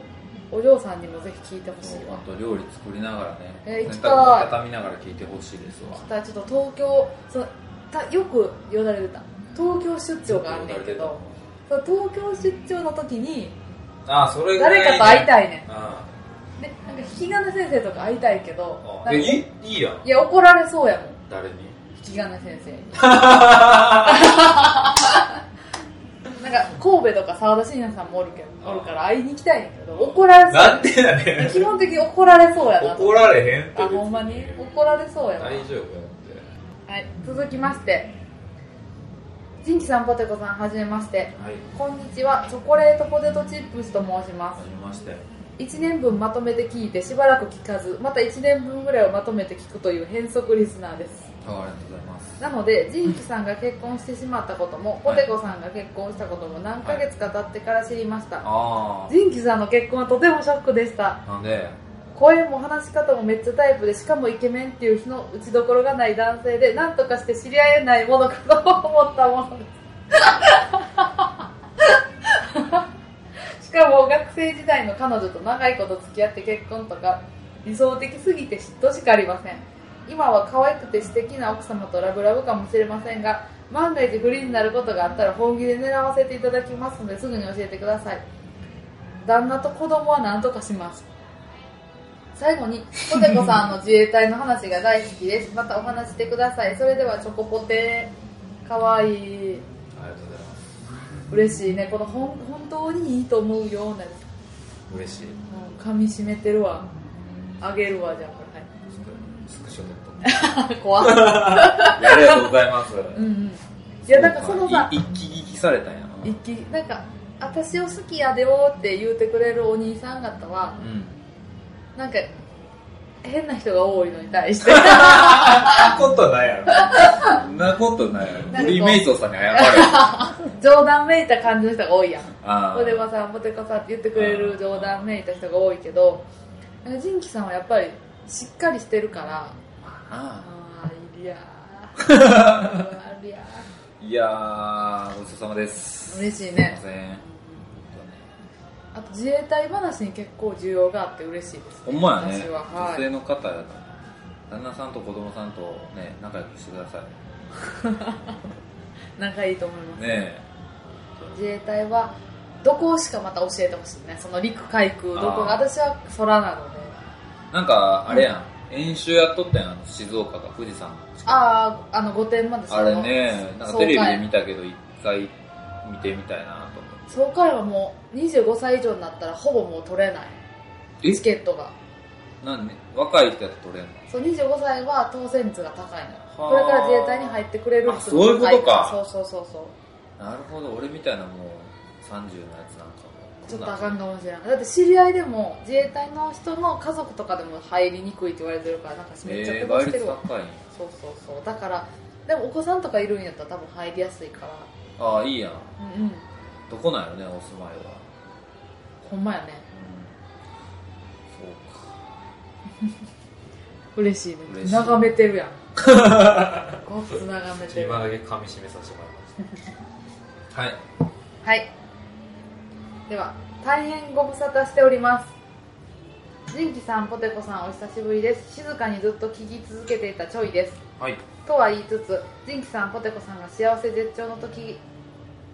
Speaker 2: うお嬢さんにもぜひ聞いてほしいわ
Speaker 4: あと料理作りながらね、
Speaker 2: えー
Speaker 4: 洗
Speaker 2: 行きたい
Speaker 4: 濯物畳みながら聞いてほしいですわ
Speaker 2: ただちょっと東京そのたよくよだれ出た東京出張があんねんけどその東京出張の時に
Speaker 1: ああそれぐらい
Speaker 2: 誰かと会いたいね
Speaker 1: うん
Speaker 2: でなんか引き金先生とか会いたいけどなんか
Speaker 1: ん
Speaker 2: い
Speaker 1: えいいいいやん
Speaker 2: や怒られそうやもん
Speaker 1: 誰に
Speaker 2: 引き金先生になんなんか神戸とか澤田信也さんもおるけどおるから会いに行きたいんやけど怒られ
Speaker 1: なん
Speaker 2: そ
Speaker 1: でやね
Speaker 2: う基本的に怒られそうや
Speaker 1: ん
Speaker 2: な
Speaker 1: 怒られへんって
Speaker 2: あ
Speaker 1: 別
Speaker 2: ほんまに怒られそうやな
Speaker 1: 大丈夫やって
Speaker 2: はい続きましてジンキさんポテコさんはじめまして
Speaker 1: はい
Speaker 2: こんにちはチョコレートポテトチップスと申します
Speaker 4: はじめまして
Speaker 2: 1年分まとめて聞いてしばらく聞かずまた1年分ぐらいをまとめて聞くという変則リスナーです
Speaker 4: あありがとうございます
Speaker 2: なのでジンキさんが結婚してしまったこともポテコさんが結婚したことも何ヶ月か経ってから知りました
Speaker 4: あ
Speaker 2: ジンキさんの結婚はとてもショックでした
Speaker 4: あなんで
Speaker 2: 声も話し方もめっちゃタイプでしかもイケメンっていう日の打ちどころがない男性で何とかして知り合えないものかと思ったものですしかも学生時代の彼女と長いこと付き合って結婚とか理想的すぎて嫉妬しかありません今は可愛くて素敵な奥様とラブラブかもしれませんが万が一不利になることがあったら本気で狙わせていただきますのですぐに教えてください旦那と子供は何とかします最後にポテコさんの自衛隊の話が大好き ですまたお話してくださいそれではチョコポテかわい
Speaker 1: あ
Speaker 2: い
Speaker 1: りがとうございます
Speaker 2: 嬉しいねこのほん本当にいいと思うようなや
Speaker 1: 嬉しい
Speaker 2: つうん噛み締めてるわあげるわじゃあこ
Speaker 1: ちょっとスクショ撮 っとく
Speaker 2: れはい怖っ
Speaker 4: ありがとうございます
Speaker 2: うんうんいやなんかそのさ
Speaker 4: い一気聞きされたんやな
Speaker 2: 一気なんか私を好きやでよって言うてくれるお兄さん方は
Speaker 4: うん
Speaker 2: なんか変な人が多いのに対して
Speaker 1: あことないやろ
Speaker 4: そんなことないやろ
Speaker 2: なんかこう
Speaker 4: ブリーメイソーさんに謝 れよ
Speaker 2: 冗談めいた感じの人が多いやん
Speaker 4: あ
Speaker 2: ポテコさんポテコさんって言ってくれる冗談めいた人が多いけどなんかジンキさんはやっぱりしっかりしてるから
Speaker 4: あ
Speaker 2: あーいりゃーありゃ
Speaker 4: いやーごちそうさまです
Speaker 2: ー嬉しい
Speaker 4: すいま
Speaker 2: ね
Speaker 4: せん
Speaker 2: あと自衛隊話に結構需要があって嬉しいです、
Speaker 4: ほんまやね
Speaker 2: 私は
Speaker 4: 女
Speaker 2: はい
Speaker 4: 性の方やと旦那さんと子供さんとね仲良くしてください
Speaker 2: 仲いいと思います、
Speaker 4: ねえ
Speaker 2: 自衛隊はどこしかまた教えてほしいねその陸海空どこ
Speaker 4: あー
Speaker 2: 私は空なので
Speaker 4: なんかあれやん、演習やっとったやんあの静岡か富士山の近く
Speaker 2: あああの御殿まで
Speaker 4: あれねなんかテレビで見
Speaker 2: た
Speaker 4: たけど一回見てみたいなと思って
Speaker 2: 総会はもう25歳以上になったらほぼもう取れない
Speaker 4: え
Speaker 2: チケットが
Speaker 4: なんで若い人やと取れんの
Speaker 2: そう25歳は当選率が高いの
Speaker 4: はあ
Speaker 2: よこれから自衛隊に入ってくれる
Speaker 4: あそういうことか
Speaker 2: そうそうそうそう
Speaker 4: なるほど俺みたいなもう30のやつなんかも
Speaker 2: ちょっとあかんかもしれないだって知り合いでも自衛隊の人の家族とかでも入りにくいって言われてるからなんかめっちゃ
Speaker 4: え
Speaker 2: 苦
Speaker 4: ー、
Speaker 2: 労
Speaker 4: 倍
Speaker 2: して
Speaker 4: 率
Speaker 2: るわ、
Speaker 4: 高いんや
Speaker 2: そうそうそうだからでもお子さんとかいるんやったら多分入りやすいから
Speaker 4: ああいいやん
Speaker 2: うんうん
Speaker 4: どこなんやろねお住まいは
Speaker 2: ほんまやね
Speaker 4: うんそうか
Speaker 2: 嬉しいね
Speaker 4: 嬉しい
Speaker 2: 眺めてるやん ごっつ眺め
Speaker 1: ちょ
Speaker 2: てる
Speaker 1: 今だけ噛み締めさせてもらいました
Speaker 4: はい
Speaker 2: はい。では、大変ご無沙汰しております。ジンキさん、ポテコさん、お久しぶりです。静かにずっと聞き続けていたちょいです。
Speaker 4: はい
Speaker 2: とは言いつつ、ジンキさん、ポテコさんが幸せ絶頂の時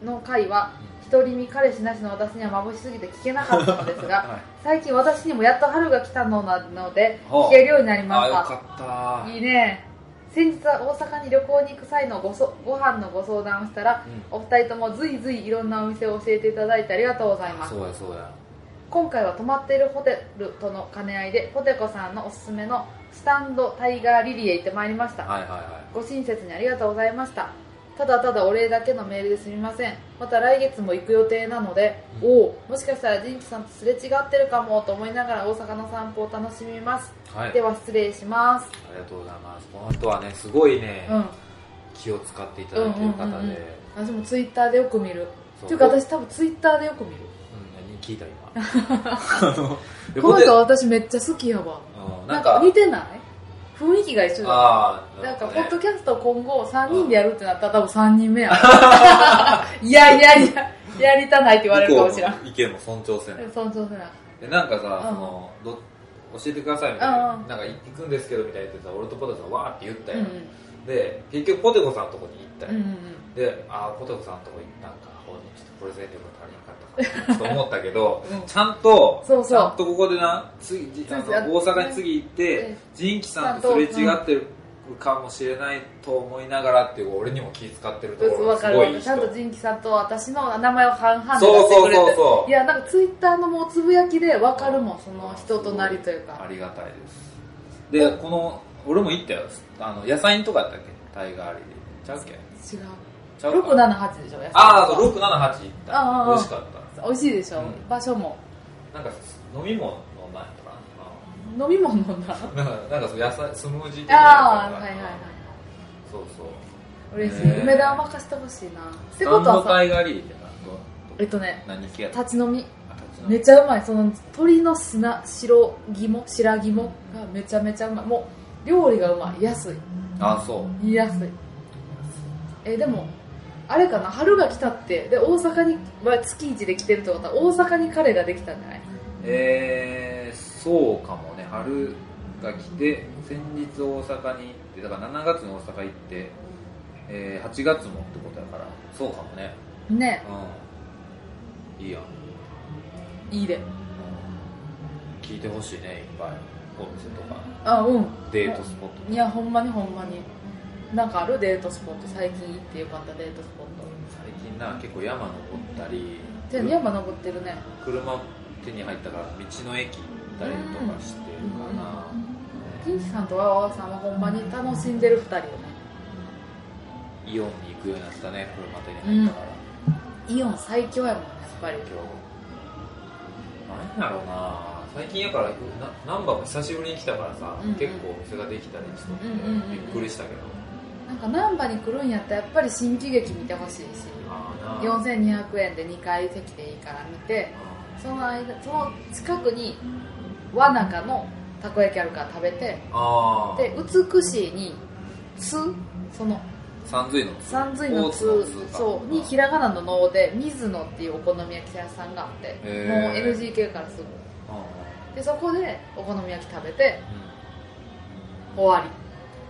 Speaker 2: の回は、独り身彼氏なしの私には眩しすぎて聞けなかったのですが、
Speaker 4: はい
Speaker 2: 最近私にもやっと春が来たのなので、
Speaker 4: はあ
Speaker 2: 聞けるようになり
Speaker 4: あ
Speaker 2: ま
Speaker 4: あ
Speaker 2: し
Speaker 4: よ
Speaker 2: た。
Speaker 4: かった
Speaker 2: いいね先日は大阪に旅行に行く際のごそご飯のご相談をしたら、お二人ともずいずいいろんなお店を教えていただいてありがとうございます
Speaker 4: そうやそうや
Speaker 2: 今回は泊まっているホテルとの兼ね合いでポテコさんのおすすめのスタンドタイガーリリーへ行ってまいりました、
Speaker 4: はいはいは
Speaker 2: ご親切にありがとうございましたただただお礼だけのメールですみませんまた来月も行く予定なので、おおもしかしたらジンキさんとすれ違ってるかもと思いながら大阪の散歩を楽しみます、
Speaker 4: いはい
Speaker 2: では失礼します
Speaker 1: ありがとうございますこの人はねすごいね、
Speaker 2: うん
Speaker 1: 気を使っていただいている方で、
Speaker 2: うん
Speaker 1: う
Speaker 2: うんんうんうん私もツイッターでよく見る
Speaker 1: そう
Speaker 2: っていうか私多分ツイッターでよく見る
Speaker 1: 何聞いた 今あので
Speaker 2: この人
Speaker 1: ポ
Speaker 2: 私めっちゃ好きやわ
Speaker 1: テうん
Speaker 2: な
Speaker 1: なんん
Speaker 2: か
Speaker 1: か
Speaker 2: 似てない雰囲気が一緒だ
Speaker 1: ああ
Speaker 2: なんか
Speaker 1: ね
Speaker 2: ポッドキャスト今後3人でやるってなったら多分3人目やいやいやいややりたないって言われるかもしれん
Speaker 4: 向こうの意見も尊重せない
Speaker 2: そうそうそうな
Speaker 1: でなんかさ、
Speaker 2: うん
Speaker 1: そのど教えてくださいみたいな
Speaker 2: うん、うん
Speaker 1: なんか行くんですけどみたいな言ってさ俺とポテコさんわーって言った
Speaker 2: う
Speaker 1: よ、
Speaker 2: ん
Speaker 1: で結局ポテコさんのとこに行ったよ、
Speaker 2: うんうん、
Speaker 1: でああポテコさんのとこ行ったんかほうちょっとプレゼントが足りなかったかなと思ったけど
Speaker 2: うん
Speaker 1: ちゃんと
Speaker 2: そうそう
Speaker 1: ちゃんとここでな次じあ
Speaker 2: そうそう
Speaker 1: の大阪に次行って
Speaker 2: う
Speaker 1: ジンキさんとすれ違ってるるかもしれないと思いながらっていう俺にも気使ってるところ
Speaker 2: 分
Speaker 1: が
Speaker 2: か
Speaker 1: す
Speaker 2: る
Speaker 1: ご
Speaker 2: わ
Speaker 1: いいい
Speaker 2: ちゃ
Speaker 1: 人
Speaker 2: んと仁キさんと私の名前を半々で
Speaker 1: そう
Speaker 2: 出し
Speaker 1: そ
Speaker 2: てく
Speaker 1: う
Speaker 2: れて
Speaker 1: そうそう
Speaker 2: いやなんかツイッターのもうつぶやきで分かるもんその人となりという
Speaker 1: あ
Speaker 2: か
Speaker 1: りがたいです
Speaker 4: でこの俺も行ったよあの野菜んとこやったっけタイガーリーでちゃうっけ
Speaker 2: 違う
Speaker 4: ちゃうか
Speaker 2: 678でしょやっぱ
Speaker 1: ああそう678行った
Speaker 2: ああああ
Speaker 1: 美味しかった
Speaker 2: 美味しいでしょ、
Speaker 1: うん
Speaker 2: 場所も
Speaker 1: なんか飲み物の前とか
Speaker 2: 飲み物のな
Speaker 1: ななんかなんかそう野菜スムージー的な
Speaker 2: ああ
Speaker 1: やつ
Speaker 2: はいはいはい
Speaker 1: そうそう
Speaker 2: 嬉しい、
Speaker 4: ねえ
Speaker 2: 梅田を任せてほしいなってこと
Speaker 4: 何の
Speaker 2: はさ
Speaker 4: タイガーリーって
Speaker 2: えっとね
Speaker 4: 何系やった
Speaker 2: 立ち飲み
Speaker 4: 形
Speaker 2: めちゃうまいその鶏の砂白肝白肝がめちゃめちゃうまいもう料理がうまい安い
Speaker 4: あそう
Speaker 2: 言いやすいえでもあれかな春が来たってで大阪に、まあ、月一で来てるってことは大阪に彼ができたんじゃない
Speaker 4: えー、そうかもね春が来て先日大阪に行ってだから7月に大阪行って、えー、8月もってことやからそうかもね
Speaker 2: ね
Speaker 4: うんいいやん、うん
Speaker 2: いいで
Speaker 4: 聞いてほしいねいっぱいお店とか
Speaker 2: あうん
Speaker 4: デートスポットとか
Speaker 2: いやほんまにほんまになんかあるデートスポット最近行ってよかったデートスポット
Speaker 4: 最近な結構山登ったり
Speaker 2: じゃあ
Speaker 4: くる
Speaker 2: 山登ってるね
Speaker 4: 車手に入ったから道の駅行ったりとかしてるかな、
Speaker 2: 金さんとわわわさんはほんまに楽しんでる2人よね
Speaker 4: イオンに行くようになったね車手に入ったから、
Speaker 2: イオン最強やもんねやっぱり
Speaker 4: 今
Speaker 1: なんやろうな最近やからな難波も久しぶりに来たからさ、
Speaker 2: うんうん
Speaker 1: 結構お店ができたりしてて、
Speaker 2: うんうんうん
Speaker 1: びっくりしたけど
Speaker 2: なんか難波に来るんやったらやっぱり新喜劇見てほしいし
Speaker 1: ああな
Speaker 2: 4200円で2回席でいいから見てその間その近くに和中のたこ焼きあるから食べて
Speaker 1: ああ
Speaker 2: で美しいに「つ」その
Speaker 4: 三髄の
Speaker 2: 三髄の
Speaker 4: 大
Speaker 2: 「つ
Speaker 4: 津の」つか
Speaker 2: そうにひらがなの「の」で水野っていうお好み焼き屋さんがあってもう
Speaker 4: へー
Speaker 2: NGK からすぐ
Speaker 4: うんうん
Speaker 2: でそこでお好み焼き食べて終わ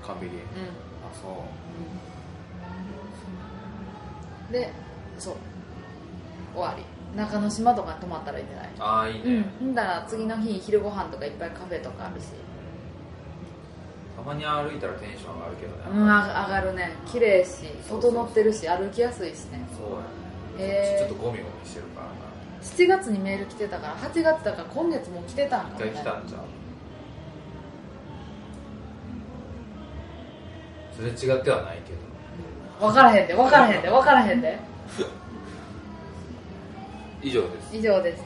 Speaker 4: カビリ
Speaker 2: りうん
Speaker 4: あそう
Speaker 2: でそう終わり中之島とかに泊まったらいいんじゃない
Speaker 1: ああいいね、
Speaker 2: うんだから次の日昼ご飯とかいっぱいカフェとかあるした
Speaker 1: まに歩いたらテンション上がるけどね、
Speaker 2: うんあ上がるね綺麗し整ってるし歩きやすいしね
Speaker 1: そうやね
Speaker 2: へー
Speaker 1: ちょっとゴミゴミしてるからな
Speaker 2: 7月にメール来てたから8月だから今月も来てたん
Speaker 1: 一
Speaker 2: かも
Speaker 1: 回
Speaker 2: ね
Speaker 1: 来たんじゃんすれ違ってはないけど
Speaker 2: 分からへんで分からへんで分からへんで
Speaker 1: 以上です
Speaker 2: 以上です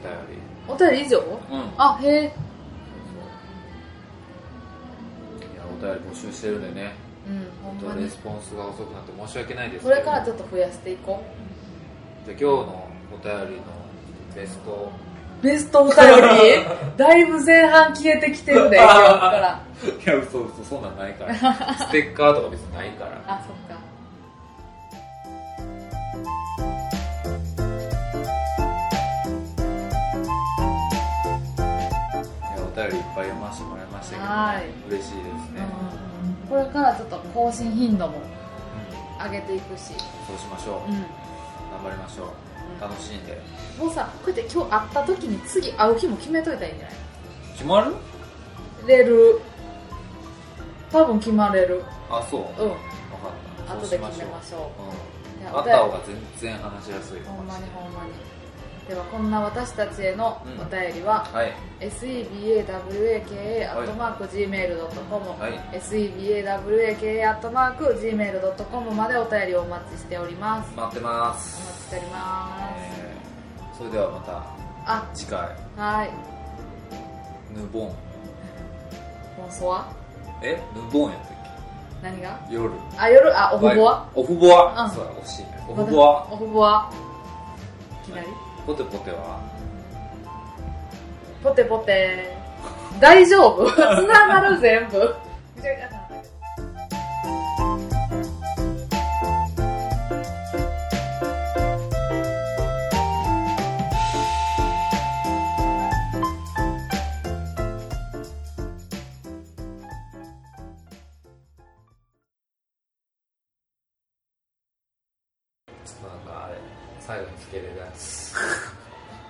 Speaker 1: お便り
Speaker 2: お便り以上
Speaker 4: うんい
Speaker 2: あへえ
Speaker 4: やお便り募集してるんでね
Speaker 2: うんほんま
Speaker 1: レ
Speaker 2: に
Speaker 1: スポンスが遅くなって申し訳ないです
Speaker 2: こ
Speaker 1: けど
Speaker 2: れからち
Speaker 1: じゃ
Speaker 2: ょっと増やしていこ
Speaker 1: あ今日のお便りのベスト
Speaker 2: うベストお便りだいぶ前半消えてきてるで今日から
Speaker 4: いや嘘嘘そんなんないから
Speaker 1: ステッカーとか別にないから
Speaker 2: あそっか
Speaker 4: いやお便りいっぱい読ませてもらいましたけど、
Speaker 2: はい
Speaker 4: 嬉しいですね、
Speaker 2: これからちょっと更新頻度も上げていくし、
Speaker 4: そうしましょう、
Speaker 2: う
Speaker 4: 頑張りましょう楽しんで
Speaker 2: ん、もうさこうやって今日会った時に次会う日も決めといたらいいんじゃない
Speaker 4: 決まる
Speaker 2: れる多分決まれる
Speaker 4: あそう、
Speaker 2: うん
Speaker 4: 分かった
Speaker 2: 後で決めましょ
Speaker 4: う、
Speaker 2: う
Speaker 4: うん、
Speaker 2: いや
Speaker 4: あった方が全然話しやすいか
Speaker 2: ほ
Speaker 4: も
Speaker 2: んま
Speaker 4: しれ
Speaker 2: に
Speaker 4: ない
Speaker 2: ほんまにではこんな私たちへの
Speaker 4: うん
Speaker 2: お便りは、
Speaker 4: はい
Speaker 2: sebawaka.gmail.com、
Speaker 4: はい
Speaker 2: sebawaka.gmail.com までお便りをお待ちしております
Speaker 4: 待ってま
Speaker 2: お
Speaker 4: す
Speaker 2: 待ちしております、
Speaker 4: えーそれではまた
Speaker 2: あ
Speaker 4: 次回
Speaker 2: はい
Speaker 4: ヌボン
Speaker 2: ボンソワ
Speaker 4: えヌボンやったっ
Speaker 2: 何が
Speaker 4: け夜
Speaker 2: あ、夜、あ、オフボ
Speaker 4: ワ
Speaker 2: ア
Speaker 4: イオフボア、
Speaker 2: うん
Speaker 4: そうだ惜しいねオフボア
Speaker 2: オフボア。いきなり
Speaker 4: ポテポテは
Speaker 2: ポテポテ。大丈夫 つながる全部。ぐちゃぐちゃになったけど
Speaker 1: ちょっとなんかあれ最後につけれるや つ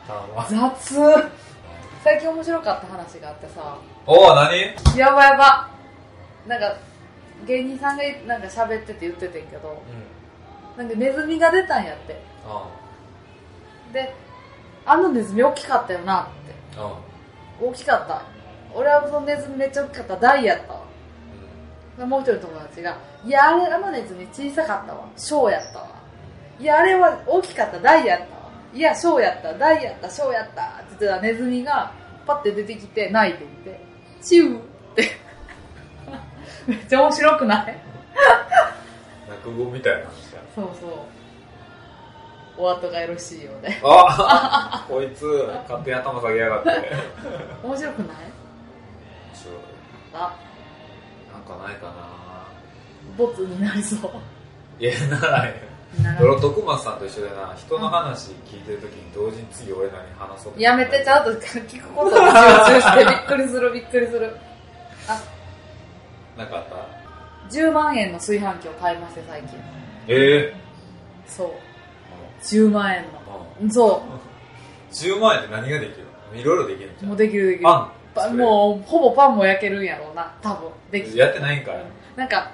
Speaker 1: 頼むわ
Speaker 2: 雑。最近面白かった話があってさ。
Speaker 1: おお何
Speaker 2: やばやば。なんか、芸人さんがなんか喋ってて言っててんけど
Speaker 1: うん
Speaker 2: なんかネズミが出たんやって
Speaker 1: あ
Speaker 2: であのネズミ大きかったよなって
Speaker 1: あああ
Speaker 2: 大きかった俺はそのネズミめっちゃ大きかった大やったわでもう一人の友達が「いやあれあのネズミ小さかったわ小やったわいやあれは大きかった大やったわいや小やった大やった小やった」って言ってたらネズミがパッて出てきて泣いてみて「チュー」って めっちゃ面白くない
Speaker 1: うん落語みたいな話や
Speaker 2: そうそうお後がよろしいようで
Speaker 1: あこいつ勝手に頭下げやがって
Speaker 2: 面白くない
Speaker 1: そう
Speaker 2: あ
Speaker 1: なんかないかな
Speaker 2: ボツになりそう
Speaker 1: いやない
Speaker 2: なるほど
Speaker 1: 俺徳松さんと一緒でな人の話聞いてる時に同時に次俺らに話そう
Speaker 2: やめてちゃんと聞くことに集中してびっくりするびっくりする
Speaker 1: なかった
Speaker 2: 10万円の炊飯器を買いまして最近
Speaker 1: ええ
Speaker 2: そう10万円
Speaker 1: う
Speaker 2: のそ
Speaker 1: 10万円で何ができるのいろいろできるん
Speaker 2: う
Speaker 1: じゃ
Speaker 2: もうんできるできる
Speaker 1: パン
Speaker 2: パ
Speaker 1: 作れる
Speaker 2: もうほぼパンも焼けるんやろうな多分できる
Speaker 1: やってないんかい
Speaker 2: なんか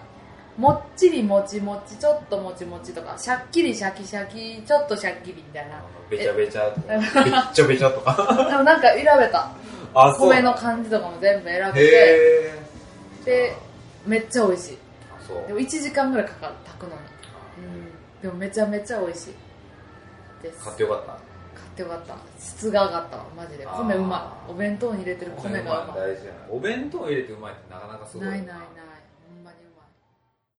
Speaker 2: もっちりもちもちちょっともちもちとかシャッキリシャキシャキちょっとシャッキリみたいな
Speaker 1: べちゃべちゃとかべっちゃべちゃとか
Speaker 2: でもなんか選べた
Speaker 1: あ
Speaker 2: 米の感じとかも全部選べて
Speaker 1: へえ
Speaker 2: でめっちゃ美味しい
Speaker 1: あそう
Speaker 2: でも1時間ぐらいかかる炊くのにうんでもめちゃめちゃ美味しいです
Speaker 1: 買ってよかった
Speaker 2: 買ってよかった質が上がったわマジで米うまいお弁当に入れてる米がう
Speaker 1: 大事じゃないお弁当入れてうまいってなかなかす
Speaker 2: まい
Speaker 1: ごい
Speaker 2: ないないない